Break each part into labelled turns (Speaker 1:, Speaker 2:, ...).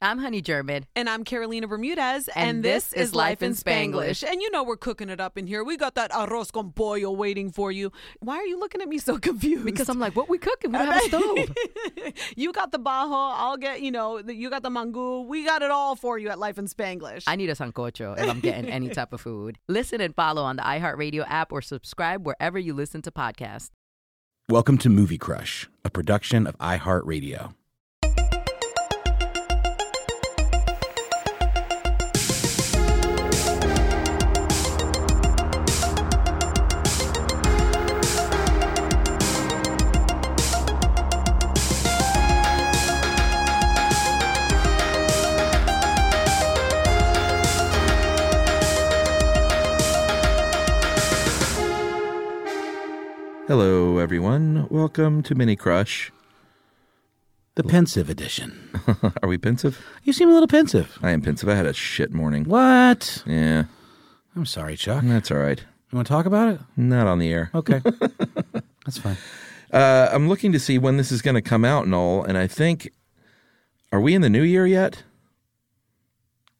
Speaker 1: I'm Honey German.
Speaker 2: And I'm Carolina Bermudez.
Speaker 1: And this is Life in Spanglish.
Speaker 2: And you know we're cooking it up in here. We got that arroz con pollo waiting for you. Why are you looking at me so confused?
Speaker 1: Because I'm like, what we cooking? We don't have a stove.
Speaker 2: you got the bajo. I'll get, you know, the- you got the mango. We got it all for you at Life in Spanglish.
Speaker 1: I need a sancocho if I'm getting any type of food. Listen and follow on the iHeartRadio app or subscribe wherever you listen to podcasts.
Speaker 3: Welcome to Movie Crush, a production of iHeartRadio.
Speaker 4: Hello, everyone. Welcome to Mini Crush.
Speaker 3: The pensive edition.
Speaker 4: Are we pensive?
Speaker 3: You seem a little pensive.
Speaker 4: I am pensive. I had a shit morning.
Speaker 3: What?
Speaker 4: Yeah,
Speaker 3: I'm sorry, Chuck. You
Speaker 4: that's all right.
Speaker 3: want to talk about it?
Speaker 4: Not on the air.
Speaker 3: Okay. That's fine.
Speaker 4: Uh, I'm looking to see when this is going to come out and all, and I think, are we in the new year yet?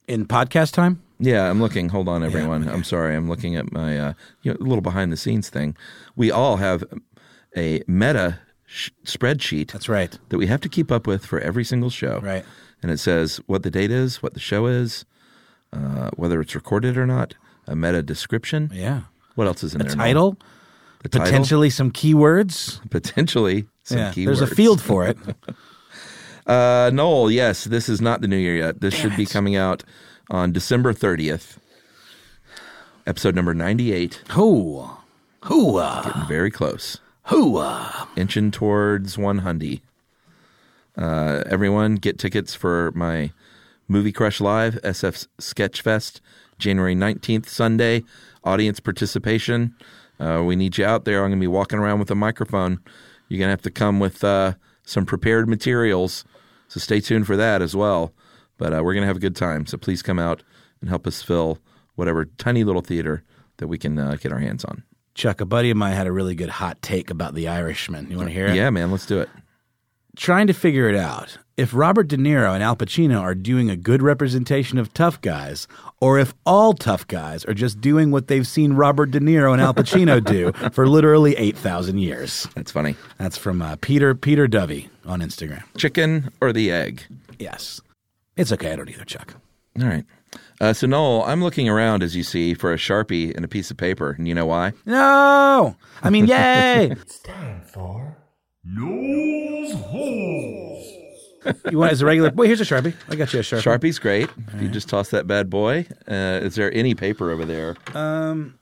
Speaker 3: In podcast time?
Speaker 4: Yeah, I'm looking. Hold on, everyone. I'm sorry. I'm looking at my uh, you know, little behind the scenes thing. We all have a meta sh- spreadsheet.
Speaker 3: That's right.
Speaker 4: that we have to keep up with for every single show.
Speaker 3: Right.
Speaker 4: And it says what the date is, what the show is, uh, whether it's recorded or not, a meta description.
Speaker 3: Yeah.
Speaker 4: What else is in
Speaker 3: The
Speaker 4: there?
Speaker 3: title,
Speaker 4: Noel? The title?
Speaker 3: potentially some keywords.
Speaker 4: Potentially some
Speaker 3: yeah.
Speaker 4: keywords.
Speaker 3: There's a field for it.
Speaker 4: Uh, Noel, yes, this is not the new year yet. This should be coming out on December 30th, episode number 98.
Speaker 3: Who? Hooah.
Speaker 4: Very close.
Speaker 3: Hooah.
Speaker 4: inching towards 100. Uh, everyone, get tickets for my Movie Crush Live SF Sketchfest, January 19th, Sunday. Audience participation. Uh, we need you out there. I'm going to be walking around with a microphone. You're going to have to come with uh, some prepared materials. So stay tuned for that as well. But uh, we're going to have a good time. So please come out and help us fill whatever tiny little theater that we can uh, get our hands on.
Speaker 3: Chuck, a buddy of mine had a really good hot take about the Irishman. You want to hear it?
Speaker 4: Yeah, man, let's do it.
Speaker 3: trying to figure it out if Robert De Niro and Al Pacino are doing a good representation of tough guys, or if all tough guys are just doing what they've seen Robert De Niro and Al Pacino do for literally 8,000 years.
Speaker 4: That's funny.
Speaker 3: That's from uh, Peter Peter Dovey on Instagram.
Speaker 4: chicken or the egg?
Speaker 3: Yes. It's okay. I don't either, Chuck.
Speaker 4: All right. Uh, so, Noel, I'm looking around, as you see, for a Sharpie and a piece of paper. And you know why?
Speaker 3: No! I mean, yay! you want as a regular. Wait, here's a Sharpie. I got you a Sharpie.
Speaker 4: Sharpie's great. If you just toss that bad boy. Uh, is there any paper over there?
Speaker 3: No.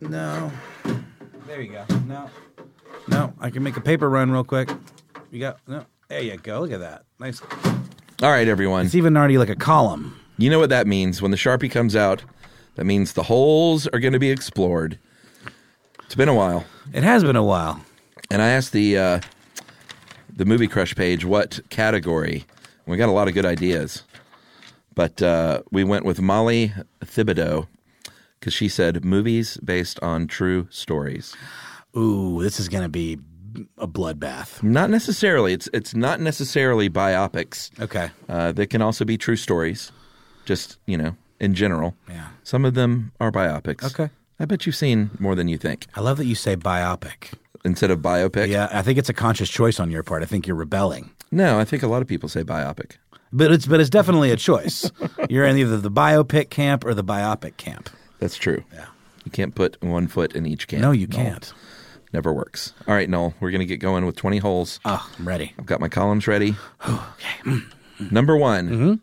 Speaker 3: There you go. No. No, I can make a paper run real quick. You got no. There you go. Look at that. Nice.
Speaker 4: All right, everyone.
Speaker 3: It's even already like a column.
Speaker 4: You know what that means. When the Sharpie comes out, that means the holes are going to be explored. It's been a while.
Speaker 3: It has been a while.
Speaker 4: And I asked the uh, the movie crush page what category. We got a lot of good ideas, but uh, we went with Molly Thibodeau because she said movies based on true stories.
Speaker 3: Ooh, this is gonna be a bloodbath.
Speaker 4: Not necessarily. It's it's not necessarily biopics.
Speaker 3: Okay.
Speaker 4: Uh, they can also be true stories. Just you know, in general.
Speaker 3: Yeah.
Speaker 4: Some of them are biopics.
Speaker 3: Okay.
Speaker 4: I bet you've seen more than you think.
Speaker 3: I love that you say biopic.
Speaker 4: Instead of biopic,
Speaker 3: Yeah, I think it's a conscious choice on your part. I think you're rebelling.
Speaker 4: no, I think a lot of people say biopic.
Speaker 3: But it's but it's definitely a choice. you're in either the biopic camp or the biopic camp.
Speaker 4: That's true.
Speaker 3: Yeah.
Speaker 4: You can't put one foot in each camp.
Speaker 3: No, you can't.
Speaker 4: Never works. All right, Noel, we're going to get going with 20 holes.
Speaker 3: Oh, I'm ready.
Speaker 4: I've got my columns ready.
Speaker 3: Mm.
Speaker 4: Number one,
Speaker 3: Mm-hmm.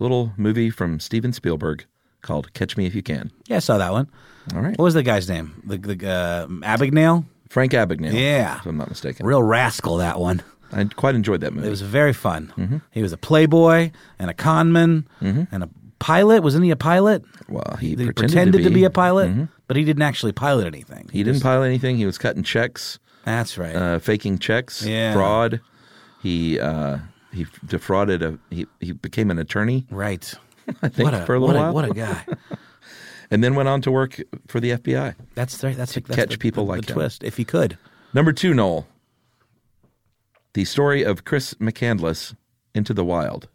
Speaker 4: little movie from Steven Spielberg called Catch Me If You Can.
Speaker 3: Yeah, I saw that one.
Speaker 4: All right.
Speaker 3: What was the guy's name? The the uh, Abagnale.
Speaker 4: Frank Abagnale.
Speaker 3: Yeah.
Speaker 4: If I'm not mistaken.
Speaker 3: Real rascal, that one.
Speaker 4: I quite enjoyed that movie.
Speaker 3: It was very fun. He was a playboy and a conman and a pilot. Wasn't he a pilot?
Speaker 4: well, he,
Speaker 3: He pretended,
Speaker 4: pretended Mm-hmm.
Speaker 3: to, be. a pilot, but he didn't actually pilot anything.
Speaker 4: He didn't pile anything. He was cutting checks,
Speaker 3: That's right.
Speaker 4: uh, faking checks,
Speaker 3: Yeah.
Speaker 4: fraud. He uh, he defrauded a. He, he became an attorney,
Speaker 3: right.
Speaker 4: I think,
Speaker 3: what a,
Speaker 4: for a little
Speaker 3: what
Speaker 4: while,
Speaker 3: what a guy.
Speaker 4: and then went on to work for the FBI.
Speaker 3: That's the, that's, the- that's
Speaker 4: catch
Speaker 3: the-
Speaker 4: people
Speaker 3: the,
Speaker 4: like
Speaker 3: the
Speaker 4: him.
Speaker 3: twist. If he could,
Speaker 4: Number two, Noel. The story of Chris McCandless, Into the Wild,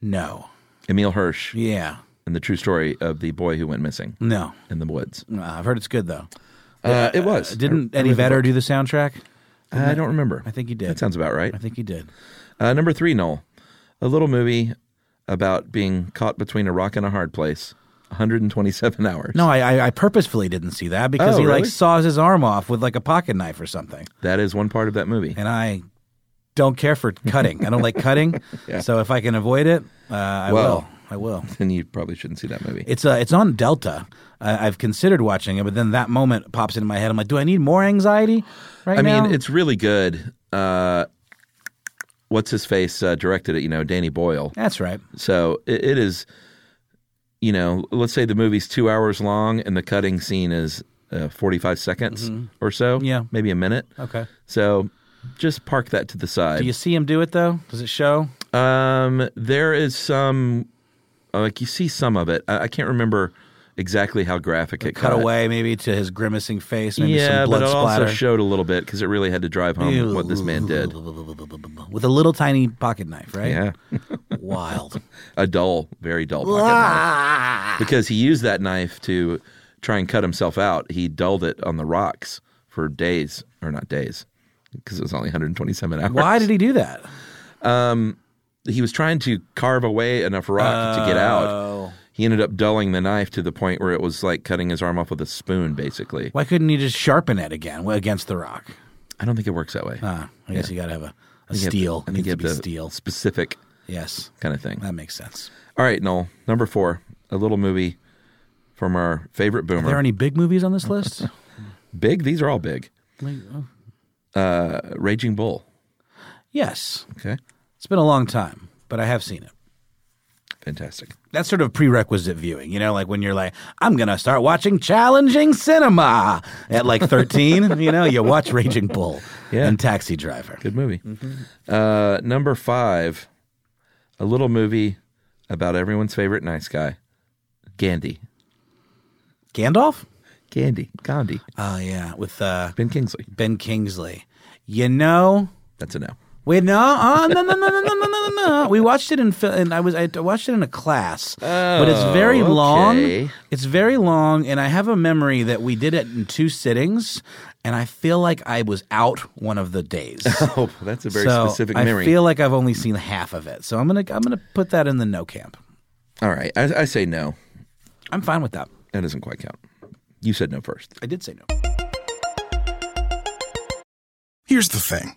Speaker 3: no.
Speaker 4: Emil Hirsch,
Speaker 3: Yeah,
Speaker 4: and the true story of the boy who went missing
Speaker 3: no.
Speaker 4: in the woods.
Speaker 3: No, I've heard it's good though.
Speaker 4: Uh, it was.
Speaker 3: Didn't
Speaker 4: I- I
Speaker 3: Eddie
Speaker 4: read the
Speaker 3: Vedder
Speaker 4: book.
Speaker 3: do the soundtrack?
Speaker 4: I don't remember.
Speaker 3: I think he did.
Speaker 4: That sounds about right.
Speaker 3: I think he did.
Speaker 4: Uh, number three, Noel. A little movie about being caught between a rock and a hard place. 127 hours.
Speaker 3: No, I, I, I purposefully didn't see that because
Speaker 4: Oh,
Speaker 3: he like
Speaker 4: really?
Speaker 3: saws his arm off with like a pocket knife or something,
Speaker 4: That is one part of that movie.
Speaker 3: and I don't care for cutting. I don't like cutting, so if I can avoid it, uh, I
Speaker 4: Well.
Speaker 3: will. I will.
Speaker 4: Then you probably shouldn't see that movie.
Speaker 3: It's uh, it's on Delta. I I've considered watching it, but then that moment pops into my head. I'm like, do I need more anxiety right
Speaker 4: I
Speaker 3: now?
Speaker 4: mean, it's really good. Uh, what's his face uh, directed it? You know, Danny Boyle.
Speaker 3: that's right.
Speaker 4: So it, it is. You know, let's say the movie's two hours long and the cutting scene is uh, 45 seconds or so.
Speaker 3: Mm-hmm. Yeah.
Speaker 4: maybe a minute.
Speaker 3: Okay.
Speaker 4: So just park that to the side.
Speaker 3: Do you see him do it though? Does it show?
Speaker 4: Um, there is some, uh, like you see some of it. I, I can't remember exactly how graphic it
Speaker 3: Cut
Speaker 4: got.
Speaker 3: away maybe to his grimacing face, maybe
Speaker 4: yeah,
Speaker 3: some blood
Speaker 4: but it
Speaker 3: splatter.
Speaker 4: also showed a little bit because it really had to drive home
Speaker 3: Ew.
Speaker 4: what this man did.
Speaker 3: With a little tiny pocket knife, right?
Speaker 4: Yeah,
Speaker 3: Wild.
Speaker 4: a dull, very dull pocket knife. Because he used that knife to try and cut himself out. He dulled it on the rocks for days, or not days, because it was only 127 hours.
Speaker 3: Why did he do that?
Speaker 4: he was trying to carve away enough rock to get
Speaker 3: Oh.
Speaker 4: out. He ended up dulling the knife to the point where it was like cutting his arm off with a spoon, basically.
Speaker 3: Why couldn't he just sharpen it again against the rock?
Speaker 4: I don't think it works that way.
Speaker 3: Ah, I guess you got to have a, a
Speaker 4: I think you have to-
Speaker 3: steel.
Speaker 4: I
Speaker 3: It
Speaker 4: think
Speaker 3: needs
Speaker 4: you
Speaker 3: to
Speaker 4: have
Speaker 3: be
Speaker 4: to
Speaker 3: steel. Uh,
Speaker 4: specific
Speaker 3: Yes,
Speaker 4: kind of thing.
Speaker 3: that makes sense.
Speaker 4: All right, Noel. Number four, a little movie from our favorite boomer.
Speaker 3: Are there any big movies on this list?
Speaker 4: big? These are all big.
Speaker 3: Like, oh,
Speaker 4: Uh, Raging Bull.
Speaker 3: yes,
Speaker 4: Okay,
Speaker 3: it's been a long time, but I have seen it.
Speaker 4: fantastic.
Speaker 3: That's sort of prerequisite viewing, you know, like when you're like, I'm gonna start watching challenging cinema at like 13. you know, you watch Raging Bull
Speaker 4: Yeah.
Speaker 3: and Taxi Driver.
Speaker 4: Good movie.
Speaker 3: Mm-hmm.
Speaker 4: Uh, number five, a little movie about everyone's favorite nice guy, Gandhi.
Speaker 3: Gandalf?
Speaker 4: Gandhi. Gandhi.
Speaker 3: Oh yeah, with uh,
Speaker 4: Ben Kingsley.
Speaker 3: Ben Kingsley. You know,
Speaker 4: That's a no.
Speaker 3: we no, oh, no, no, no, no, no, no, no, no. We watched it in, fil- and I was I watched it in a class, but it's very
Speaker 4: Oh,
Speaker 3: long.
Speaker 4: okay.
Speaker 3: It's very long, and I have a memory that we did it in two sittings, and I feel like I was out one of the days.
Speaker 4: Oh, that's a very
Speaker 3: so
Speaker 4: specific
Speaker 3: I
Speaker 4: memory.
Speaker 3: feel like I've only seen half of it, so I'm gonna I'm gonna put that in the no camp.
Speaker 4: All right, I, I say no.
Speaker 3: I'm fine with that.
Speaker 4: That doesn't quite count. You said no first.
Speaker 3: I did say no.
Speaker 5: Here's the thing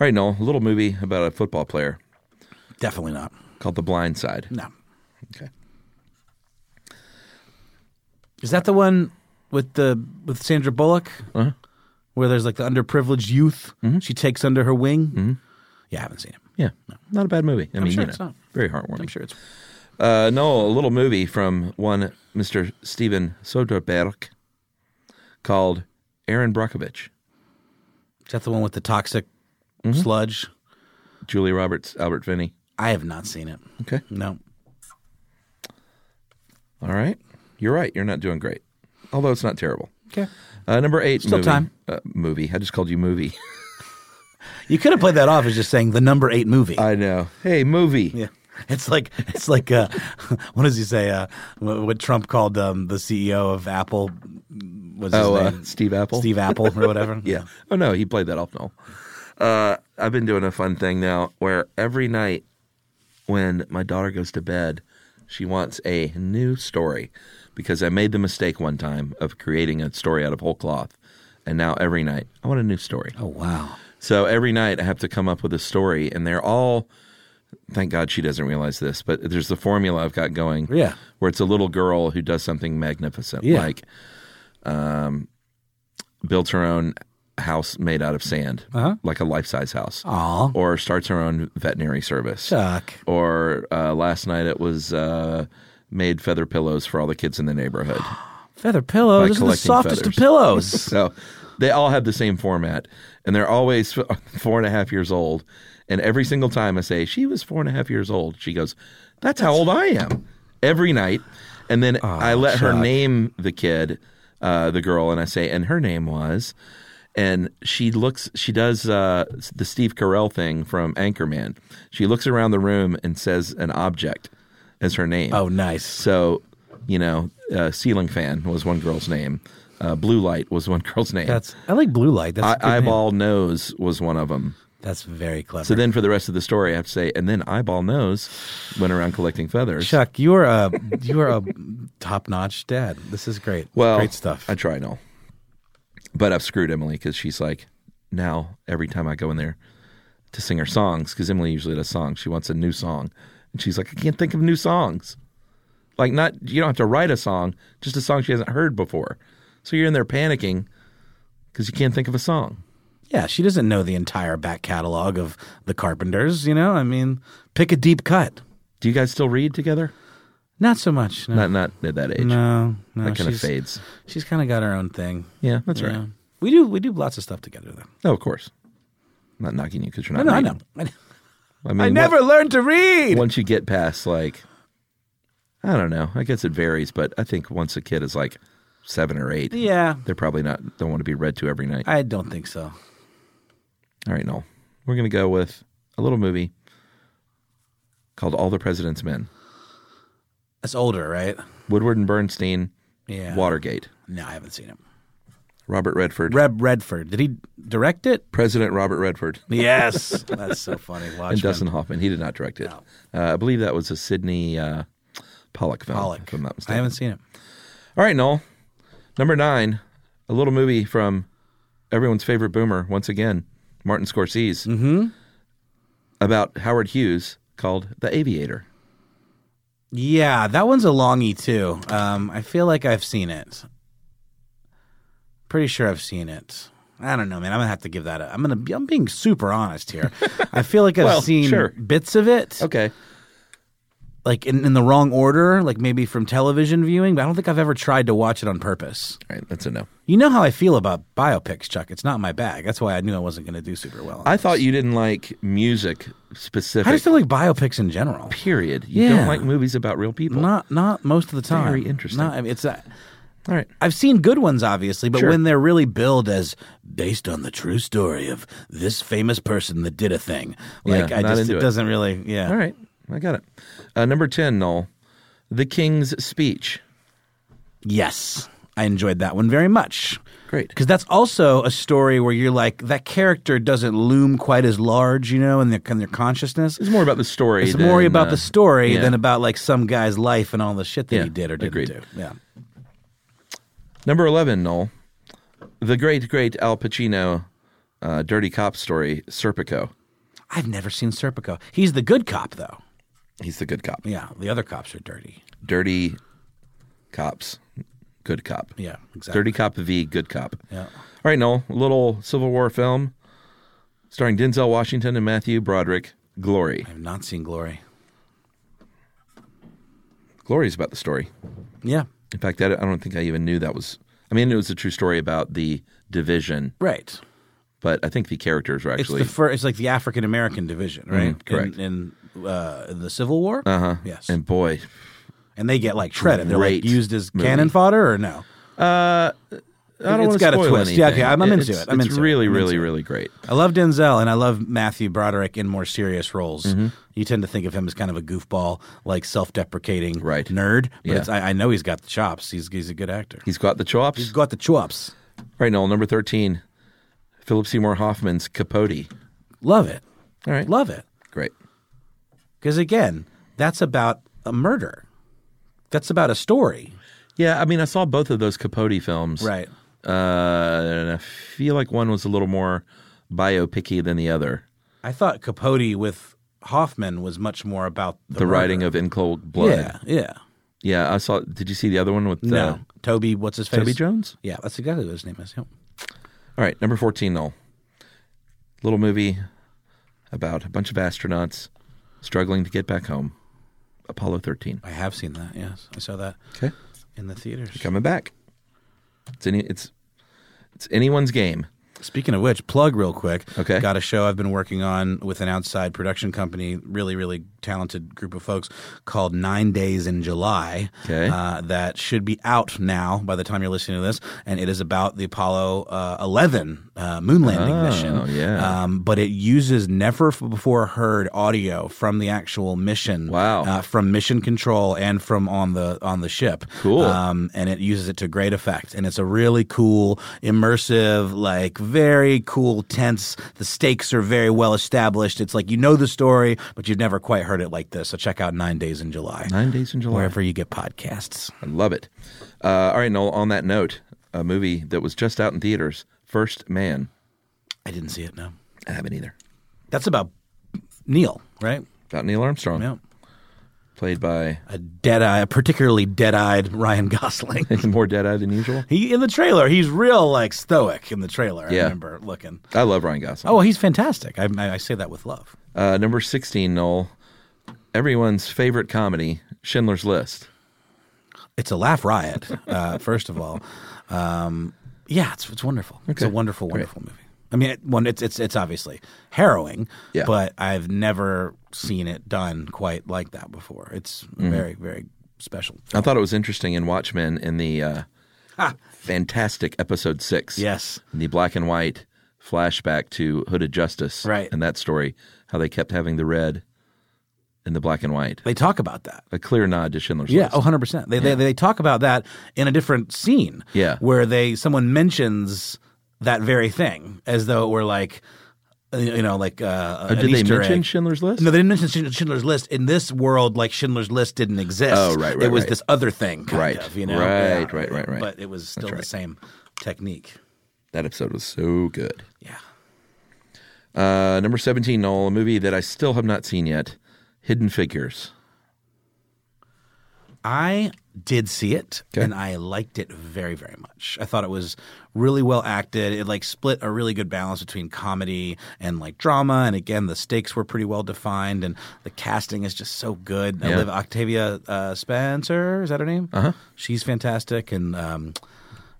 Speaker 4: All right, Noel, a little movie about a football player
Speaker 3: Definitely not.
Speaker 4: called The Blind Side.
Speaker 3: No.
Speaker 4: Okay.
Speaker 3: Is that the one with the with Sandra Bullock,
Speaker 4: Uh-huh.
Speaker 3: where there's like the underprivileged youth
Speaker 4: Mm-hmm.
Speaker 3: she takes under her wing? Mm-hmm. Yeah, I haven't seen it.
Speaker 4: Yeah, not a bad movie. I mean,
Speaker 3: sure
Speaker 4: you know,
Speaker 3: it's not.
Speaker 4: very heartwarming.
Speaker 3: I'm sure it's
Speaker 4: Uh, Noel, a little movie from one Mr. Steven Soderbergh called Aaron Brockovich.
Speaker 3: that the one with the toxic
Speaker 4: Mm-hmm.
Speaker 3: sludge?
Speaker 4: Julia Roberts, Albert Finney.
Speaker 3: I have not seen it.
Speaker 4: Okay.
Speaker 3: No.
Speaker 4: All right. You're right. You're not doing great. Although it's not terrible.
Speaker 3: Okay.
Speaker 4: Uh, number eight.
Speaker 3: Still
Speaker 4: movie.
Speaker 3: time.
Speaker 4: Uh, movie. I just called you movie.
Speaker 3: You could have played that off as just saying the number eight movie.
Speaker 4: I know. Hey, movie.
Speaker 3: yeah. It's like it's like uh, what does he say? Uh, wh- what Trump called um, the CEO of Apple was his
Speaker 4: Oh, uh,
Speaker 3: name?
Speaker 4: Steve Apple.
Speaker 3: Steve Apple or whatever.
Speaker 4: Yeah. Oh no, he played that off. No. Uh, I've been doing a fun thing now where every night when my daughter goes to bed, she wants a new story because I made the mistake one time of creating a story out of whole cloth. And now every night, I want a new story.
Speaker 3: Oh wow.
Speaker 4: So every night I have to come up with a story, and they're all. Thank God she doesn't realize this, but there's the formula I've got going.
Speaker 3: Yeah.
Speaker 4: where it's a little girl who does something magnificent,
Speaker 3: Yeah.
Speaker 4: like um, builds her own house made out of sand,
Speaker 3: Uh-huh.
Speaker 4: like a life size house,
Speaker 3: Aw.
Speaker 4: or starts her own veterinary service.
Speaker 3: Chuck.
Speaker 4: Or uh, last night it was uh, made feather pillows for all the kids in the neighborhood.
Speaker 3: Feather
Speaker 4: By
Speaker 3: pillows. Those are the
Speaker 4: collecting
Speaker 3: softest
Speaker 4: feathers.
Speaker 3: of pillows.
Speaker 4: So they all have the same format, and they're always f- four and a half years old. And every single time I say she was four and a half years old, she goes, "That's how old I am." Every night, and then I let her name the kid, uh, the girl, and I say, and her name was, and she looks, she does uh, the Steve Carell thing from Anchorman. She looks around the room and says an object as her name.
Speaker 3: Oh, nice.
Speaker 4: So, you know, uh, ceiling fan was one girl's name. Uh, blue light was one girl's name.
Speaker 3: That's I like blue light. That's a
Speaker 4: I-
Speaker 3: good name.
Speaker 4: eyeball nose was one of them.
Speaker 3: That's very clever.
Speaker 4: So then, for the rest of the story, I have to say, and then eyeball nose went around collecting feathers.
Speaker 3: Chuck, you are a you are a top notch dad. This is great.
Speaker 4: well,
Speaker 3: great stuff.
Speaker 4: I try no, but I've screwed Emily because she's like, now every time I go in there to sing her songs, because Emily usually does songs, she wants a new song, and she's like, I can't think of new songs. Like, not you don't have to write a song, just a song she hasn't heard before. So you're in there panicking because you can't think of a song.
Speaker 3: yeah, she doesn't know the entire back catalog of the Carpenters. You know, I mean, pick a deep cut.
Speaker 4: Do you guys still read together?
Speaker 3: Not so much. No,
Speaker 4: Not not at that age.
Speaker 3: no, no,
Speaker 4: that kind of
Speaker 3: she's-
Speaker 4: fades.
Speaker 3: She's kind of got her own thing.
Speaker 4: Yeah, that's
Speaker 3: You
Speaker 4: right.
Speaker 3: know? We do we do lots of stuff together though.
Speaker 4: No, of course. I'm not knocking you because you're
Speaker 3: I
Speaker 4: not.
Speaker 3: know, I know.
Speaker 4: reading.
Speaker 3: I, know.
Speaker 4: I mean,
Speaker 3: I never
Speaker 4: on-
Speaker 3: learned to read.
Speaker 4: Once you get past like, I don't know. I guess it varies, but I think once a kid is like seven or eight,
Speaker 3: yeah,
Speaker 4: they're probably not don't want to be read to every night.
Speaker 3: I don't think so.
Speaker 4: All right, Noel, we're gonna go with a little movie called All the President's Men.
Speaker 3: That's older, right?
Speaker 4: Woodward and Bernstein,
Speaker 3: Yeah.
Speaker 4: Watergate,
Speaker 3: No, I haven't seen him.
Speaker 4: Robert Redford,
Speaker 3: Reb Redford. Did he direct it?
Speaker 4: President Robert Redford,
Speaker 3: Yes, that's so funny. Watchmen.
Speaker 4: and Dustin Hoffman. He did not direct it. Uh, I believe that was a Sidney uh, Pollock film.
Speaker 3: Pollock.
Speaker 4: If I'm not
Speaker 3: I
Speaker 4: mistaken.
Speaker 3: haven't seen it.
Speaker 4: All right, Noel. Number nine, a little movie from everyone's favorite boomer, once again, Martin Scorsese, mm-hmm. about Howard Hughes called The Aviator.
Speaker 3: Yeah, that one's a longie too. Um, I feel like I've seen it. Pretty sure I've seen it. I don't know, man. I'm gonna have to give that. A, I'm gonna. Be, I'm being super honest here. I feel like I've
Speaker 4: Well,
Speaker 3: seen
Speaker 4: sure.
Speaker 3: bits of it,
Speaker 4: Okay.
Speaker 3: like in, in the wrong order, like maybe from television viewing. But I don't think I've ever tried to watch it on purpose.
Speaker 4: All right, that's a no.
Speaker 3: You know how I feel about biopics, Chuck. It's not my bag. That's why I knew I wasn't gonna do super well. on
Speaker 4: I
Speaker 3: this.
Speaker 4: thought you didn't like music specific.
Speaker 3: I just don't like biopics in general.
Speaker 4: period. You
Speaker 3: Yeah.
Speaker 4: don't like movies about real people.
Speaker 3: Not not most of the time.
Speaker 4: Very interesting.
Speaker 3: Not, I mean, it's. Uh,
Speaker 4: All right.
Speaker 3: I've seen good ones, obviously, but
Speaker 4: Sure.
Speaker 3: when they're really billed as based on the true story of this famous person that did a thing, like
Speaker 4: Yeah,
Speaker 3: I
Speaker 4: not
Speaker 3: just
Speaker 4: into
Speaker 3: it
Speaker 4: it.
Speaker 3: doesn't really, yeah.
Speaker 4: All right. I got it. Uh, number 10, Noel, The King's Speech.
Speaker 3: Yes, I enjoyed that one very much
Speaker 4: Great.
Speaker 3: because that's also a story where you're like that character doesn't loom quite as large, you know, in their in their consciousness.
Speaker 4: It's more about the story.
Speaker 3: It's more
Speaker 4: than,
Speaker 3: about
Speaker 4: uh,
Speaker 3: the story
Speaker 4: yeah.
Speaker 3: than about like some guy's life and all the shit that
Speaker 4: Yeah,
Speaker 3: he did or didn't
Speaker 4: agreed.
Speaker 3: do. Yeah.
Speaker 4: Number 11, Noel. The great, great Al Pacino uh, dirty cop story, Serpico.
Speaker 3: I've never seen Serpico. He's the good cop though.
Speaker 4: He's the good cop.
Speaker 3: Yeah, the other cops are dirty.
Speaker 4: Dirty cops, good cop.
Speaker 3: Yeah, exactly.
Speaker 4: Dirty cop v. good cop.
Speaker 3: Yeah.
Speaker 4: All right, Noel. a Little Civil War film starring Denzel Washington and Matthew Broderick. Glory.
Speaker 3: I've not seen Glory.
Speaker 4: Glory is about the story.
Speaker 3: Yeah.
Speaker 4: In fact, I don't I don't think I even knew that was. I mean, it was a true story about the division
Speaker 3: Right.
Speaker 4: but I think the characters are actually
Speaker 3: It's the fir- It's like the African American division, right?
Speaker 4: Mhm, correct. Uh-huh.
Speaker 3: In, in, uh, in the Civil War. Uh huh. Yes. And,
Speaker 4: and boy,
Speaker 3: they get like shredded. They're like
Speaker 4: Great
Speaker 3: used as
Speaker 4: movie.
Speaker 3: cannon fodder, or no?
Speaker 4: I don't
Speaker 3: It's
Speaker 4: wanna
Speaker 3: got a
Speaker 4: spoil
Speaker 3: twist. Yeah, okay,
Speaker 4: anything.
Speaker 3: I'm- I'm into
Speaker 4: It's-
Speaker 3: it. I'm
Speaker 4: it's
Speaker 3: into it.
Speaker 4: really,
Speaker 3: I'm into
Speaker 4: really,
Speaker 3: it.
Speaker 4: really great.
Speaker 3: I love Denzel and I love Matthew Broderick in more serious roles.
Speaker 4: Mm-hmm.
Speaker 3: You tend to think of him as kind of a goofball, like self-deprecating
Speaker 4: Right.
Speaker 3: nerd, but
Speaker 4: Yeah.
Speaker 3: it's, I, I know he's got the chops. He's he's a good actor.
Speaker 4: He's got the chops.
Speaker 3: he's got the chops.
Speaker 4: All right, Noel, number 13, Philip Seymour Hoffman's Capote.
Speaker 3: Love it.
Speaker 4: All right.
Speaker 3: Love it.
Speaker 4: Great.
Speaker 3: Because again, that's about a murder. That's about a story.
Speaker 4: Yeah, I mean, I saw both of those Capote films. Uh, and I feel like one was a little more biopicky than the other.
Speaker 3: I thought Capote with Hoffman was much more about the,
Speaker 4: The, writing
Speaker 3: murder.
Speaker 4: of In Cold Blood.
Speaker 3: Yeah, yeah.
Speaker 4: Yeah, I saw. Did you see the other one with
Speaker 3: No.
Speaker 4: uh,
Speaker 3: Toby, what's his face?
Speaker 4: Toby Jones?
Speaker 3: Yeah, that's exactly what his name is. Yep.
Speaker 4: All right, number 14, Noel. Little movie about a bunch of astronauts struggling to get back home. Apollo 13.
Speaker 3: I have seen that. Yes, I saw that
Speaker 4: Okay.
Speaker 3: in the theaters.
Speaker 4: Coming back. It's any it's it's anyone's game.
Speaker 3: Speaking of which, plug real quick.
Speaker 4: Okay.
Speaker 3: Got a show I've been working on with an outside production company, really, really talented group of folks called Nine Days in July.
Speaker 4: Okay.
Speaker 3: Uh, that should be out now by the time you're listening to this. And it is about the Apollo uh, 11 uh, moon landing mission.
Speaker 4: Oh, yeah.
Speaker 3: Um, but it uses never f- before heard audio from the actual mission.
Speaker 4: Wow.
Speaker 3: Uh, from mission control and from on the on the ship.
Speaker 4: Cool.
Speaker 3: Um, and it uses it to great effect. And it's a really cool, immersive, like very cool, tense. The stakes are very well established. It's like you know the story, but you've never quite heard it like this. So check out Nine Days in July.
Speaker 4: Nine days in July.
Speaker 3: Wherever you get podcasts.
Speaker 4: I love it. Uh, all right, Noel, on that note, a movie that was just out in theaters, First Man.
Speaker 3: I didn't see it, no.
Speaker 4: I haven't either.
Speaker 3: That's about Neil, right?
Speaker 4: About Neil Armstrong,
Speaker 3: Yeah.
Speaker 4: played by
Speaker 3: A dead eye, a particularly dead eyed Ryan Gosling.
Speaker 4: more dead eye than usual.
Speaker 3: he in the trailer, he's real like stoic in the trailer. I
Speaker 4: Yeah.
Speaker 3: remember looking.
Speaker 4: I love Ryan Gosling.
Speaker 3: Oh, he's fantastic. I, I, I say that with love.
Speaker 4: Uh, number 16, Noel, everyone's favorite comedy, Schindler's List.
Speaker 3: It's a laugh riot, uh, first of all. Um, yeah, it's it's wonderful. It's a
Speaker 4: Okay.
Speaker 3: wonderful,
Speaker 4: Great.
Speaker 3: wonderful movie. I mean, it, one, it's it's it's obviously harrowing,
Speaker 4: Yeah.
Speaker 3: but I've never seen it done quite like that before. It's
Speaker 4: Mm-hmm.
Speaker 3: very very special.
Speaker 4: I thought it was interesting in Watchmen in the uh,
Speaker 3: Ah.
Speaker 4: fantastic episode six.
Speaker 3: Yes.
Speaker 4: In the black and white flashback to Hooded Justice.
Speaker 3: Right.
Speaker 4: And that story, how they kept having the red and the black and white.
Speaker 3: They talk about that.
Speaker 4: A clear nod to Schindler's
Speaker 3: Yeah,
Speaker 4: List.
Speaker 3: oh, 100%. They, they they talk about that in a different scene.
Speaker 4: Yeah.
Speaker 3: Where they someone mentions that very thing as though it were like uh, you know like uh,
Speaker 4: Oh,
Speaker 3: an
Speaker 4: did they
Speaker 3: Easter
Speaker 4: mention
Speaker 3: egg.
Speaker 4: Schindler's List?
Speaker 3: No, they didn't mention Schind- Schindler's List. In this world, like Schindler's List didn't exist.
Speaker 4: Oh, right, right,
Speaker 3: It was
Speaker 4: right.
Speaker 3: this other thing, kind
Speaker 4: Right,
Speaker 3: of, you know?
Speaker 4: right, right, right, right.
Speaker 3: But it was still
Speaker 4: That's
Speaker 3: the
Speaker 4: right.
Speaker 3: same technique.
Speaker 4: That episode was so good.
Speaker 3: Yeah.
Speaker 4: Uh, number 17, Noel, a movie that I still have not seen yet Hidden Figures.
Speaker 3: I did see it
Speaker 4: Okay.
Speaker 3: and I liked it very, very much. I thought it was really well acted. It like split a really good balance between comedy and like drama. And again, the stakes were pretty well defined and the casting is just so good. I
Speaker 4: Yeah. Uh-huh.
Speaker 3: live Octavia uh, Spencer, is that her name? Uh huh. She's fantastic. And, um,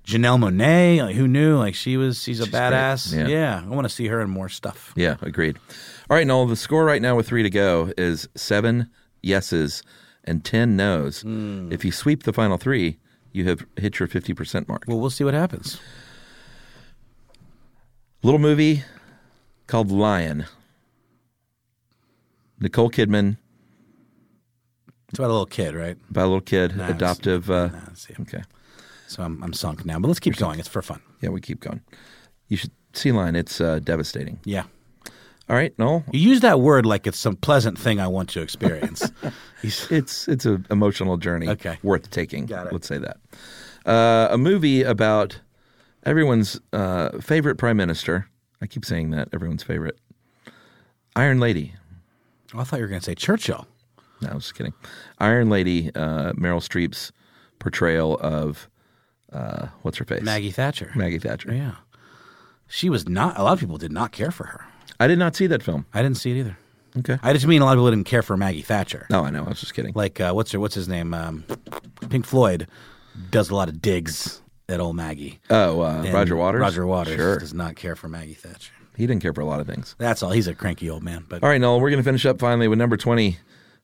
Speaker 3: Janelle Monet, like, who knew? Like she was, she's a
Speaker 4: She's
Speaker 3: badass.
Speaker 4: great. Yeah.
Speaker 3: I want to see her in more stuff.
Speaker 4: Yeah, agreed. All right, Noel, the score right now with three to go is seven yeses and 10 nos.
Speaker 3: Hmm.
Speaker 4: If you sweep the final three, you have hit your 50% mark.
Speaker 3: Well, we'll see what happens.
Speaker 4: Little movie called Lion. Nicole Kidman,
Speaker 3: It's about a little kid, right?
Speaker 4: by a little kid,
Speaker 3: Nice.
Speaker 4: adoptive. Uh,
Speaker 3: Nice, yeah.
Speaker 4: Okay.
Speaker 3: So I'm, I'm sunk now, but let's keep going. It's for fun.
Speaker 4: Yeah, we keep going. You should see Lion. It's uh, devastating.
Speaker 3: Yeah.
Speaker 4: All right, Noel.
Speaker 3: You use that word like it's some pleasant thing I want to experience. He's-
Speaker 4: It's it's an emotional journey.
Speaker 3: Okay.
Speaker 4: worth taking.
Speaker 3: Got it.
Speaker 4: Let's say that. Uh, a movie about everyone's uh, favorite prime minister. I keep saying that everyone's favorite Iron Lady.
Speaker 3: "Oh, I thought you were going to say Churchill.
Speaker 4: No, I was just kidding. Iron Lady. Uh, Meryl Streep's portrayal of uh, what's her face?
Speaker 3: Maggie Thatcher.
Speaker 4: Maggie Thatcher.
Speaker 3: Yeah. She was not, a lot of people did not care for her.
Speaker 4: I did not see that film.
Speaker 3: I didn't see it either.
Speaker 4: Okay.
Speaker 3: I just mean a lot of people didn't care for Maggie Thatcher.
Speaker 4: No, I know. I was just kidding.
Speaker 3: Like, uh, what's her, what's his name? Um, Pink Floyd does a lot of digs that old Maggie.
Speaker 4: Oh, uh,
Speaker 3: And
Speaker 4: Roger Waters.
Speaker 3: Roger Waters
Speaker 4: Sure.
Speaker 3: does not care for Maggie Thatcher.
Speaker 4: He didn't care for a lot of things.
Speaker 3: That's all. He's a cranky old man. But
Speaker 4: All right, Noel, we're going to finish up finally with number 20,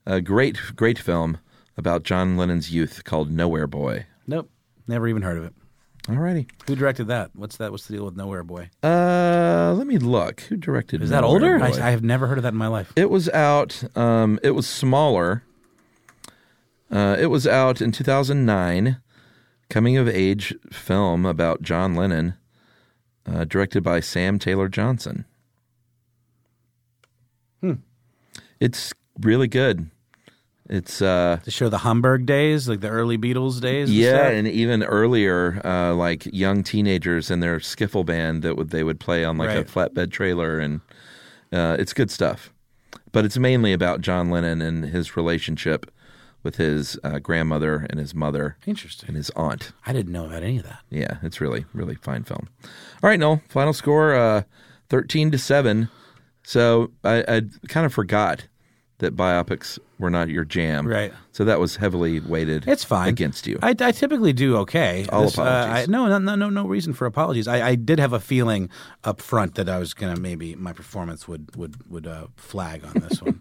Speaker 4: a great, great film about John Lennon's youth called Nowhere Boy.
Speaker 3: nope, never even heard of it.
Speaker 4: All righty.
Speaker 3: Who directed that? What's that? What's the deal with Nowhere Boy?
Speaker 4: Uh, let me look. Who directed
Speaker 3: Is that
Speaker 4: Nowhere
Speaker 3: older? I,
Speaker 4: Boy?
Speaker 3: I have never heard of that in my life.
Speaker 4: It was out. Um, it was smaller. Uh, it was out in 2009, coming of age film about John Lennon, uh, directed by Sam Taylor Johnson. Hmm. It's really good. It's uh,
Speaker 3: To show the Hamburg days, like the early Beatles days. and
Speaker 4: yeah,
Speaker 3: stuff?
Speaker 4: and even earlier, uh, like young teenagers in their skiffle band that would they would play on like a
Speaker 3: Right.
Speaker 4: flatbed trailer, and uh, it's good stuff. But it's mainly about John Lennon and his relationship with his uh, grandmother and his mother
Speaker 3: Interesting.
Speaker 4: and his aunt.
Speaker 3: I didn't know about any of that.
Speaker 4: Yeah, it's really really fine film. All right, Noel, final score uh, thirteen to seven. So I, I kind of forgot that biopics were not your jam,
Speaker 3: Right.
Speaker 4: So that was heavily weighted.
Speaker 3: It's fine
Speaker 4: against you.
Speaker 3: I, I typically do okay.
Speaker 4: All
Speaker 3: uh, I,
Speaker 4: apologies.
Speaker 3: no, no, no, no, no reason for apologies. I, I did have a feeling up front that I was gonna maybe my performance would would would uh, flag on this one.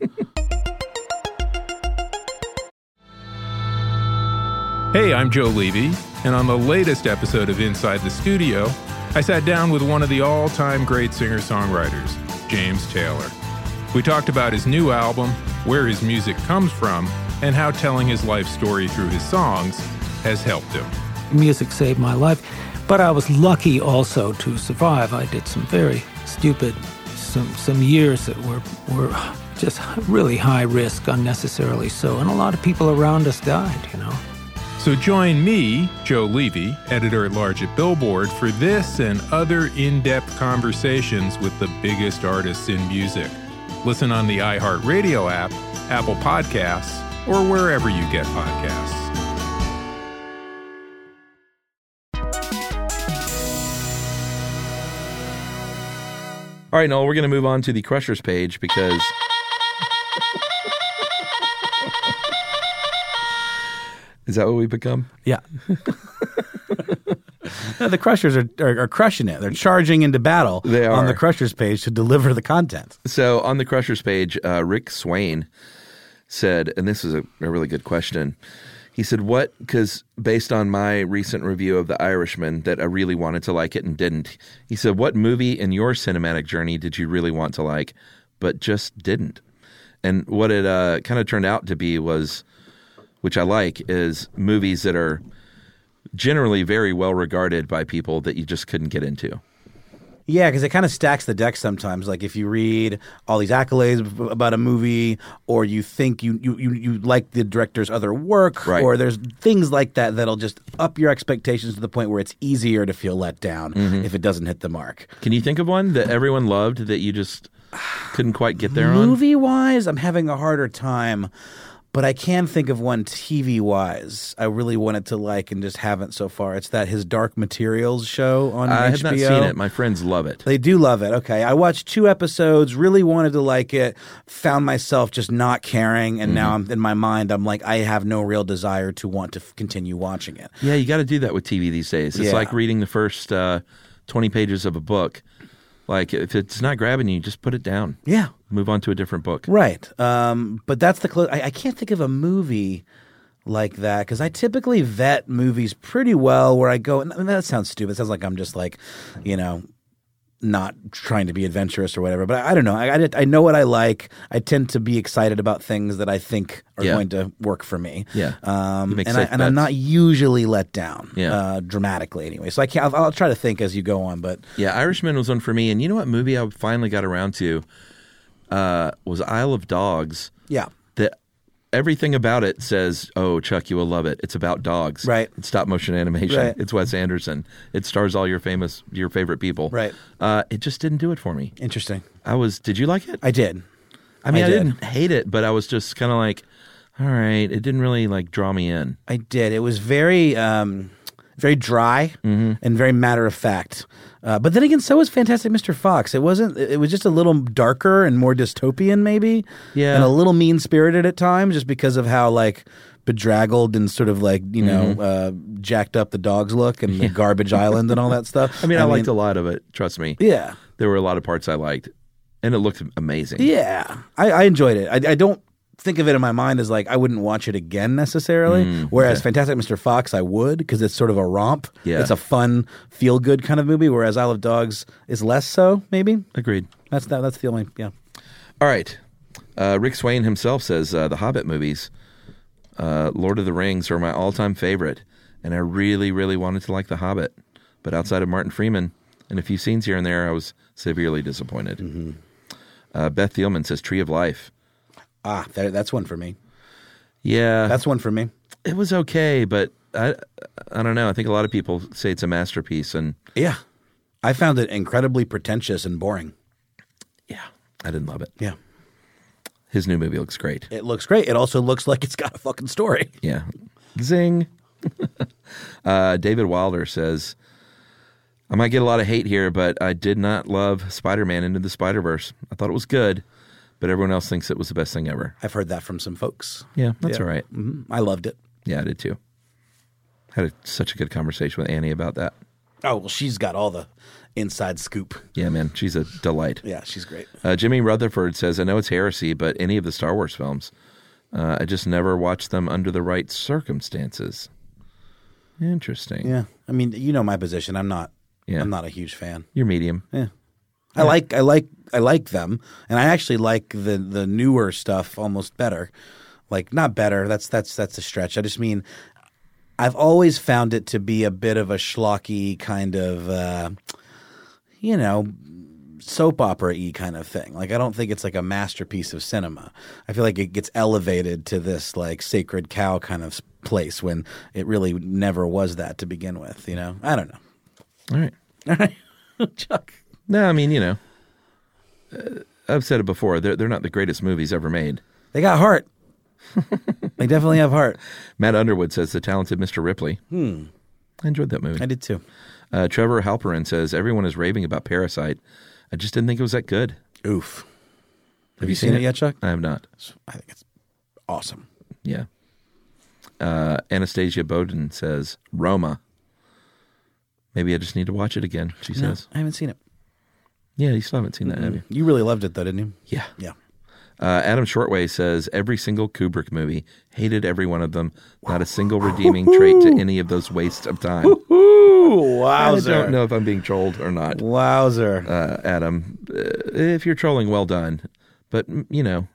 Speaker 6: Hey, I'm Joe Levy, and on the latest episode of Inside the Studio, I sat down with one of the all time great singer songwriters, James Taylor. We talked about his new album, where his music comes from, and how telling his life story through his songs has helped him.
Speaker 7: Music saved my life, but I was lucky also to survive. I did some very stupid, some some years that were were just really high risk, unnecessarily so, and a lot of people around us died. You know.
Speaker 6: So join me, Joe Levy, editor at large at Billboard, for this and other in depth conversations with the biggest artists in music. Listen on the iHeartRadio app, Apple Podcasts, or wherever you get podcasts.
Speaker 4: All right, Noel, we're going to move on to the Crushers page because. Is that what we become?
Speaker 3: yeah. No, the crushers are, are, are crushing it. They're charging into battle
Speaker 4: They
Speaker 3: on
Speaker 4: are.
Speaker 3: the crushers page to deliver the content.
Speaker 4: So on the Crushers page, uh, Rick Swain said, and this is a, a really good question. He said, What? Because based on my recent review of The Irishman, that I really wanted to like it and didn't. He said, What movie in your cinematic journey did you really want to like, but just didn't? And what it uh, kind of turned out to be was, which I like, is movies that are generally very well regarded by people that you just couldn't get into.
Speaker 3: Yeah, because it kind of stacks the deck sometimes. Like if you read all these accolades b- about a movie, or you think you you, you, you like the director's other work,
Speaker 4: Right.
Speaker 3: or there's things like that that'll just up your expectations to the point where it's easier to feel let down
Speaker 4: Mm-hmm.
Speaker 3: if it doesn't hit the mark.
Speaker 4: Can you think of one that everyone loved that you just couldn't quite get there on?
Speaker 3: Movie wise, I'm having a harder time, but I can think of one TV wise. I really wanted to like and just haven't so far. It's that his Dark Materials show on HBO.
Speaker 4: I have not seen it. My friends love it.
Speaker 3: They do love it. Okay. I watched two episodes, really wanted to like it, found myself just not caring. And now
Speaker 4: Mm-hmm.
Speaker 3: I'm in my mind, I'm like, I have no real desire to want to f- continue watching it.
Speaker 4: Yeah, you got to do that with TV these days. It's
Speaker 3: Yeah.
Speaker 4: like reading the first uh, 20 pages of a book. Like, if it's not grabbing you, just put it down.
Speaker 3: Yeah.
Speaker 4: Move on to a different book.
Speaker 3: Right. Um, but that's the close. I, I can't think of a movie like that because I typically vet movies pretty well where I go, and that sounds stupid. It sounds like I'm just like, you know, not trying to be adventurous or whatever. But I, I don't know. I, I, did- I know what I like. I tend to be excited about things that I think are
Speaker 4: Yeah.
Speaker 3: going to work for me.
Speaker 4: Yeah. You
Speaker 3: Um,
Speaker 4: make
Speaker 3: and, I,
Speaker 4: safe
Speaker 3: and I'm
Speaker 4: bets.
Speaker 3: not usually let down
Speaker 4: Yeah.
Speaker 3: uh, dramatically anyway. So I can't, I'll, I'll try to think as you go on, but
Speaker 4: Yeah, Irishman was one for me. And you know what movie I finally got around to? Uh, was Isle of Dogs.
Speaker 3: yeah.
Speaker 4: That everything about it says, oh, Chuck, you will love it. It's about dogs.
Speaker 3: Right.
Speaker 4: It's stop motion animation.
Speaker 3: Right.
Speaker 4: It's Wes Anderson. It stars all your famous, your favorite people.
Speaker 3: Right.
Speaker 4: Uh, it just didn't do it for me.
Speaker 3: Interesting.
Speaker 4: I was, did you like it?
Speaker 3: I did.
Speaker 4: I mean, I,
Speaker 3: I did.
Speaker 4: didn't hate it, but I was just kind of like, all right, it didn't really like draw me in.
Speaker 3: I did. It was very, um, very dry
Speaker 4: Mm-hmm.
Speaker 3: and very matter of fact. Uh, but then again, so was Fantastic Mr. Fox. It wasn't. It was just a little darker and more dystopian, maybe.
Speaker 4: Yeah.
Speaker 3: And a little mean spirited at times, just because of how like bedraggled and sort of like you know
Speaker 4: Mm-hmm.
Speaker 3: uh, jacked up the dogs look and the garbage island and all that stuff.
Speaker 4: I mean, I, liked a lot of it. Trust me.
Speaker 3: Yeah.
Speaker 4: There were a lot of parts I liked, and it looked amazing.
Speaker 3: Yeah, I, I enjoyed it. I, I don't think of it in my mind as like I wouldn't watch it again necessarily. whereas Fantastic Mr. Fox, I would because it's sort of a romp.
Speaker 4: Yeah.
Speaker 3: it's a fun, feel good kind of movie. Whereas I Love Dogs is less so. Maybe
Speaker 4: Agreed.
Speaker 3: that's that, that's the only yeah.
Speaker 4: All right. Uh, Rick Swain himself says uh, the Hobbit movies, uh, Lord of the Rings, are my all-time favorite, and I really, really wanted to like the Hobbit, but outside of Martin Freeman and a few scenes here and there, I was severely disappointed. Uh, Beth Thielman says Tree of Life.
Speaker 3: Ah, that, that's one for me.
Speaker 4: Yeah,
Speaker 3: That's one for me.
Speaker 4: it was okay, but I, I don't know. I think a lot of people say it's a masterpiece, and
Speaker 3: Yeah, I found it incredibly pretentious and boring.
Speaker 4: yeah, I didn't love it.
Speaker 3: Yeah.
Speaker 4: His new movie looks great.
Speaker 3: It looks great. It also looks like it's got a fucking story.
Speaker 4: Yeah. Zing. uh, David Wilder says, I might get a lot of hate here, but I did not love Spider Man Into the Spider Verse. I thought it was good, but everyone else thinks it was the best thing ever.
Speaker 3: I've heard that from some folks.
Speaker 4: Yeah, that's all right.
Speaker 3: Mhm. I loved it.
Speaker 4: Yeah, I did too. Had a, such a good conversation with Annie about that.
Speaker 3: Oh well, she's got all the inside scoop.
Speaker 4: Yeah, man, she's a delight.
Speaker 3: Yeah, she's great.
Speaker 4: Uh, Jimmy Rutherford says, I know it's heresy, but any of the Star Wars films, uh, I just never watched them under the right circumstances. Interesting.
Speaker 3: Yeah, I mean, you know my position. I'm not.
Speaker 4: Yeah.
Speaker 3: I'm not a huge fan.
Speaker 4: You're medium.
Speaker 3: Yeah. I like I like I like them, and I actually like the the newer stuff almost better. Like not better. That's that's that's a stretch. I just mean I've always found it to be a bit of a schlocky kind of uh, you know soap opera y kind of thing. Like I don't think it's like a masterpiece of cinema. I feel like it gets elevated to this like sacred cow kind of s- place when it really never was that to begin with. You know. I don't know.
Speaker 4: All right.
Speaker 3: All right, Chuck.
Speaker 4: No, I mean, you know, uh, I've said it before. They're they're not the greatest movies ever made.
Speaker 3: They got heart. they definitely have heart.
Speaker 4: Matt Underwood says the talented Mr. Ripley. Hmm. I enjoyed that movie.
Speaker 3: I did too.
Speaker 4: Uh, Trevor Halperin says everyone is raving about Parasite. I just didn't think it was that good.
Speaker 3: Oof.
Speaker 4: Have,
Speaker 3: you seen it yet, Chuck?
Speaker 4: I have not.
Speaker 3: I think it's awesome.
Speaker 4: Yeah. Uh, Anastasia Bowden says Roma. Maybe I just need to watch it again. She says,
Speaker 3: I haven't seen it.
Speaker 4: "Yeah, you still haven't seen that, have you?"
Speaker 3: You really loved it though, didn't you?
Speaker 4: Yeah.
Speaker 3: Yeah.
Speaker 4: Uh, Adam Shortway says every single Kubrick movie hated every one of them. Not a single redeeming trait to any of those wastes of time.
Speaker 3: Ooh,
Speaker 4: I don't know if I'm being trolled or not,
Speaker 3: Wowzer.
Speaker 4: uh, Adam. Uh, if you're trolling, well done. But mm, you know,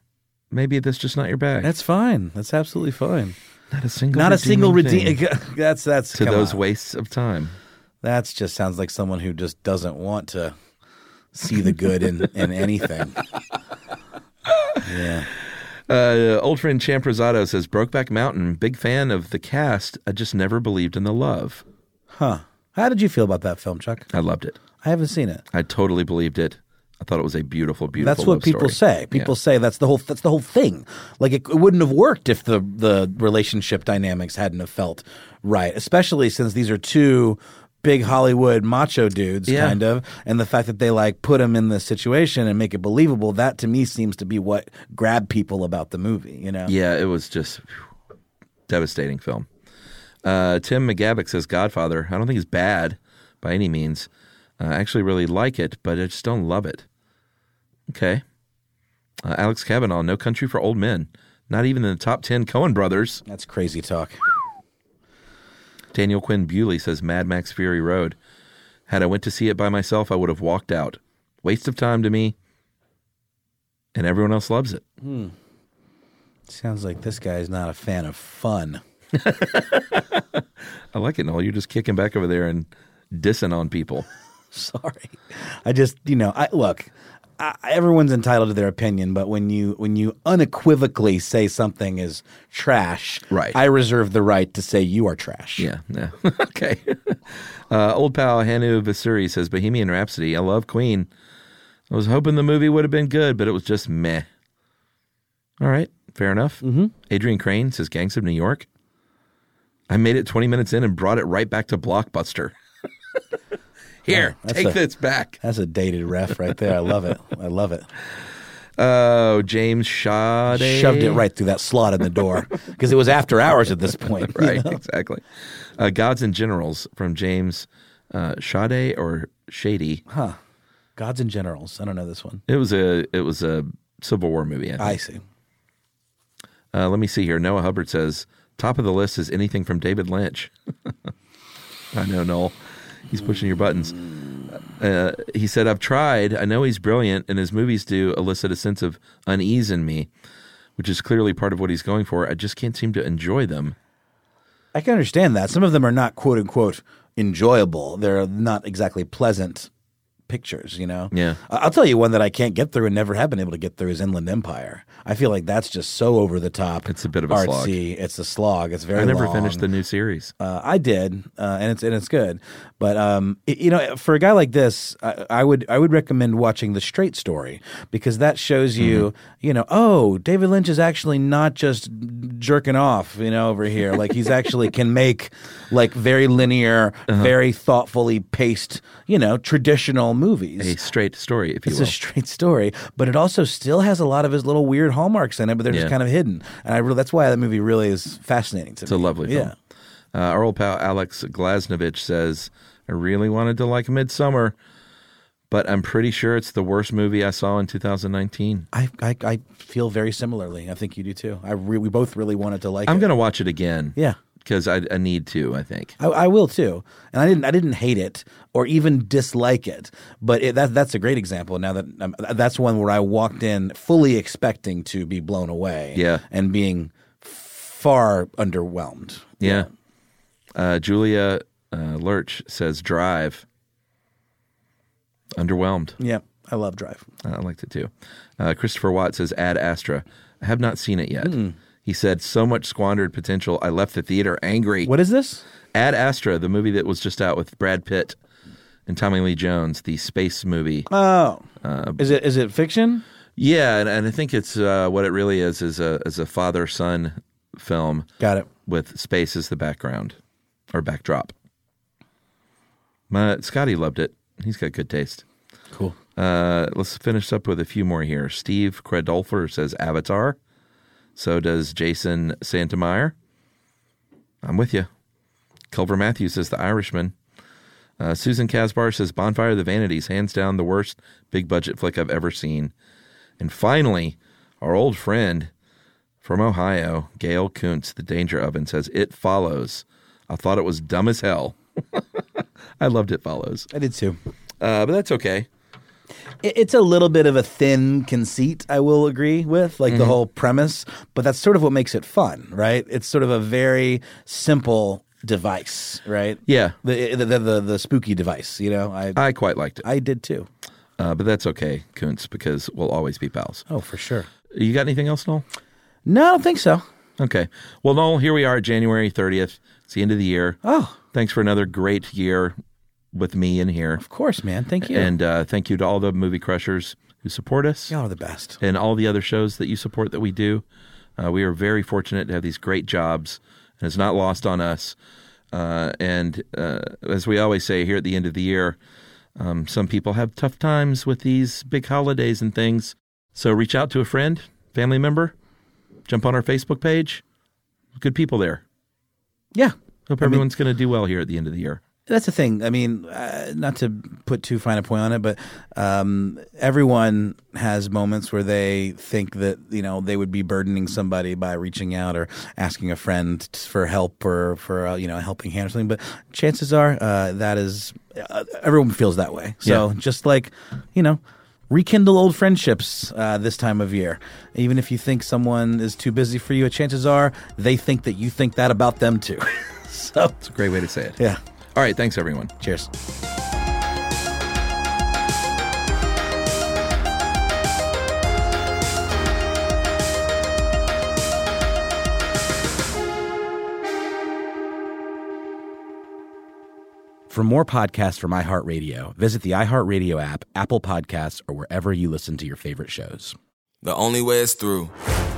Speaker 4: maybe that's just not your bag.
Speaker 3: That's fine. That's absolutely fine.
Speaker 4: not a single,
Speaker 3: Not a single
Speaker 4: redeeming
Speaker 3: redeem.
Speaker 4: thing
Speaker 3: that's that's
Speaker 4: to
Speaker 3: come
Speaker 4: those
Speaker 3: on.
Speaker 4: wastes of time.
Speaker 3: That's just sounds like someone who just doesn't want to see the good in in anything. yeah.
Speaker 4: Uh, old friend Champrosado says Brokeback Mountain. Big fan of the cast. I just never believed in the love.
Speaker 3: Huh. How did you feel about that film, Chuck?
Speaker 4: I loved it.
Speaker 3: I haven't seen it.
Speaker 4: I totally believed it. I thought it was a beautiful, beautiful.
Speaker 3: That's what
Speaker 4: love
Speaker 3: people
Speaker 4: story.
Speaker 3: say.
Speaker 4: Yeah.
Speaker 3: People say that's the whole that's the whole thing. Like it, it wouldn't have worked if the the relationship dynamics hadn't have felt right, especially since these are two big Hollywood macho dudes
Speaker 4: Yeah.
Speaker 3: kind of and the fact that they like put them in this situation and make it believable that to me seems to be what grabbed people about the movie, you know.
Speaker 4: Yeah, it was just whew, devastating film. Uh, Tim McGavick says Godfather. I don't think it's bad by any means. Uh, I actually really like it, but I just don't love it. Okay. Uh, Alex Kavanaugh, No Country for Old Men. Not even in the top 10 Cohen brothers.
Speaker 3: That's crazy talk.
Speaker 4: Daniel Quinn Bewley says Mad Max Fury Road. Had I went to see it by myself, I would have walked out. Waste of time to me. And everyone else loves it.
Speaker 3: Sounds like this guy's not a fan of fun.
Speaker 4: I like it, Noel. You're just kicking back over there and dissing on people.
Speaker 3: sorry. I just, you know, I look. I, everyone's entitled to their opinion, but when you when you unequivocally say something is trash,
Speaker 4: Right.
Speaker 3: I reserve the right to say you are trash.
Speaker 4: Yeah, yeah. okay. Uh, old pal Hanu Vasiri says Bohemian Rhapsody. I love Queen. I was hoping the movie would have been good, but it was just meh. All right, fair enough. Mm-hmm. Adrian Crane says Gangs of New York. I made it 20 minutes in and brought it right back to Blockbuster. Here,
Speaker 3: that's
Speaker 4: take
Speaker 3: a-
Speaker 4: this back.
Speaker 3: That's a dated ref right there. I love it. I love it.
Speaker 4: Oh, James Sade.
Speaker 3: Shoved it right through that slot in the door because it was after hours at this point. you
Speaker 4: right,
Speaker 3: know?
Speaker 4: exactly. Uh, Gods and Generals from James uh, Sade or Shady.
Speaker 3: Huh. Gods and Generals. I don't know this one.
Speaker 4: It was a it was a Civil War movie. I think.
Speaker 3: I see.
Speaker 4: Uh, let me see here. Noah Hubbard says top of the list is anything from David Lynch. I know Noel. He's pushing your buttons. Uh, he said, "I've tried. I know he's brilliant, and his movies do elicit a sense of unease in me, which is clearly part of what he's going for. I just can't seem to enjoy them."
Speaker 3: I can understand that. Some of them are not quote unquote enjoyable. They're not exactly pleasant pictures, you know?
Speaker 4: Yeah.
Speaker 3: I- I'll tell you one that I can't get through and never have been able to get through is Inland Empire. I feel like that's just so over the top.
Speaker 4: It's a bit of a slog.
Speaker 3: artsy. It's a slog. It's very
Speaker 4: I never
Speaker 3: long.
Speaker 4: finished the new series.
Speaker 3: Uh, I did, uh, and it's and it's good. But um, y- you know, for a guy like this, I, I would I would recommend watching The Straight Story because that shows you,
Speaker 4: Mm-hmm.
Speaker 3: you know, oh, David Lynch is actually not just jerking off, you know, over here. Like he's actually can make like very linear,
Speaker 4: Uh-huh.
Speaker 3: very thoughtfully paced, you know, traditional movies.
Speaker 4: A straight story, if you
Speaker 3: It's
Speaker 4: will.
Speaker 3: a straight story, but it also still has a lot of his little weird hallmarks in it, but they're
Speaker 4: Yeah.
Speaker 3: just kind of hidden. And I really, that's why that movie really is fascinating to
Speaker 4: It's
Speaker 3: me.
Speaker 4: a lovely film.
Speaker 3: Yeah.
Speaker 4: Uh, our old pal Alex Glasnovich says, I really wanted to like Midsummer, but I'm pretty sure it's the worst movie I saw in 2019.
Speaker 3: I, I, I feel very similarly. I think you do too. I re- we both really wanted to like
Speaker 4: I'm
Speaker 3: it.
Speaker 4: going to watch it again.
Speaker 3: Yeah.
Speaker 4: Because I, I need to, I think.
Speaker 3: I, I will too, and I didn't. I didn't hate it or even dislike it, but it, that that's a great example. Now that um, that's one where I walked in fully expecting to be blown away,
Speaker 4: Yeah.
Speaker 3: and being far underwhelmed.
Speaker 4: Yeah. Uh, Julia uh, Lurch says, Drive. Underwhelmed.
Speaker 3: Yeah, I love Drive.
Speaker 4: I liked it too. Uh, Christopher Watt says, Ad Astra. I have not seen it yet.
Speaker 3: Hmm.
Speaker 4: He said, So much squandered potential. I left the theater angry.
Speaker 3: What is this?
Speaker 4: Ad Astra, the movie that was just out with Brad Pitt and Tommy Lee Jones, the space movie.
Speaker 3: Oh, is it is it fiction?
Speaker 4: Yeah, and, and I think it's uh, what it really is is a is a father son film
Speaker 3: Got it.
Speaker 4: with space as the background or backdrop. My, Scotty loved it. He's got good taste.
Speaker 3: Cool.
Speaker 4: Uh, let's finish up with a few more here. Steve Credolfer says Avatar. So does Jason Santemeyer. I'm with you. Culver Matthews says The Irishman. Uh, Susan Casbar says Bonfire of the Vanities, hands down the worst big budget flick I've ever seen. And finally, our old friend from Ohio, Gail Kuntz, The Danger Oven, says It Follows. I thought it was dumb as hell. I loved It Follows.
Speaker 3: I did too.
Speaker 4: Uh, but that's okay.
Speaker 3: It- It's a little bit of a thin conceit, I will agree with, like the whole premise, but that's sort of what makes it fun, right? It's sort of a very simple device, right?
Speaker 4: Yeah.
Speaker 3: The the the, the, the spooky device, you know. I
Speaker 4: I quite liked it.
Speaker 3: I did too.
Speaker 4: Uh, but that's okay, Kuntz, because we'll always be pals.
Speaker 3: Oh, for sure.
Speaker 4: You got anything else, Noel?
Speaker 3: No, I don't think so.
Speaker 4: Okay. Well, Noel, here we are, January 30th. It's the end of the year.
Speaker 3: Oh,
Speaker 4: Thanks for another great year with me in here.
Speaker 3: of course, man. Thank you.
Speaker 4: And uh, thank you to all the movie crushers who support us
Speaker 3: y'all are the best.
Speaker 4: and all the other shows that you support that we do. Uh, we are very fortunate to have these great jobs, and it's not lost on us. Uh, and uh, as we always say here at the end of the year, um, some people have tough times with these big holidays and things. So reach out to a friend, family member, jump on our Facebook page. Good people there.
Speaker 3: Yeah.
Speaker 4: Hope
Speaker 3: I mean-
Speaker 4: everyone's going to do well here at the end of the year.
Speaker 3: That's the thing. I mean, uh, not to put too fine a point on it, but um, everyone has moments where they think that you know they would be burdening somebody by reaching out or asking a friend t- for help or for uh, you know a helping hand or something. But chances are uh, that is uh, everyone feels that way. So
Speaker 4: Yeah.
Speaker 3: just like you know. Rekindle old friendships uh, this time of year. Even if you think someone is too busy for you, chances are they think that you think that about them too. so,
Speaker 4: It's a great way to say it.
Speaker 3: yeah.
Speaker 4: All right. Thanks, everyone.
Speaker 3: Cheers. For more podcasts from iHeartRadio, visit the iHeartRadio app, Apple Podcasts, or wherever you listen to your favorite shows.
Speaker 8: The Only Way is Through,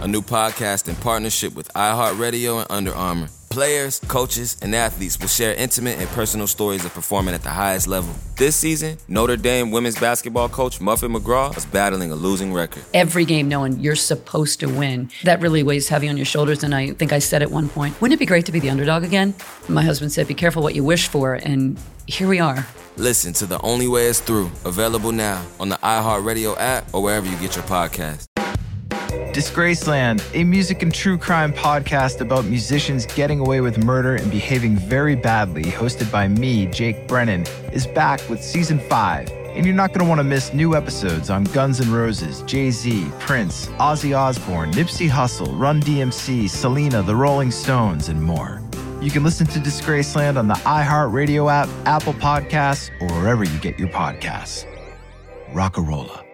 Speaker 8: a new podcast in partnership with iHeartRadio and Under Armour.
Speaker 6: Players, coaches, and athletes will share intimate and personal stories of performing at the highest level. This season, Notre Dame women's basketball coach Muffin McGraw is battling a losing record.
Speaker 2: every game knowing you're supposed to win. That really weighs heavy on your shoulders. And I think I said at one point, wouldn't it be great to be the underdog again? My husband said, be careful what you wish for. And here we are.
Speaker 6: Listen to The Only Way Is Through, available now on the iHeartRadio app or wherever you get your podcast.
Speaker 9: Disgraceland, a music and true crime podcast about musicians getting away with murder and behaving very badly, hosted by me, Jake Brennan, is back with season five. And you're not going to want to miss new episodes on Guns N' Roses, Jay Z, Prince, Ozzy Osbourne, Nipsey Hussle, Run DMC, Selena, The Rolling Stones, and more. You can listen to Disgraceland on the iHeartRadio app, Apple Podcasts, or wherever you get your podcasts. Rock a rolla.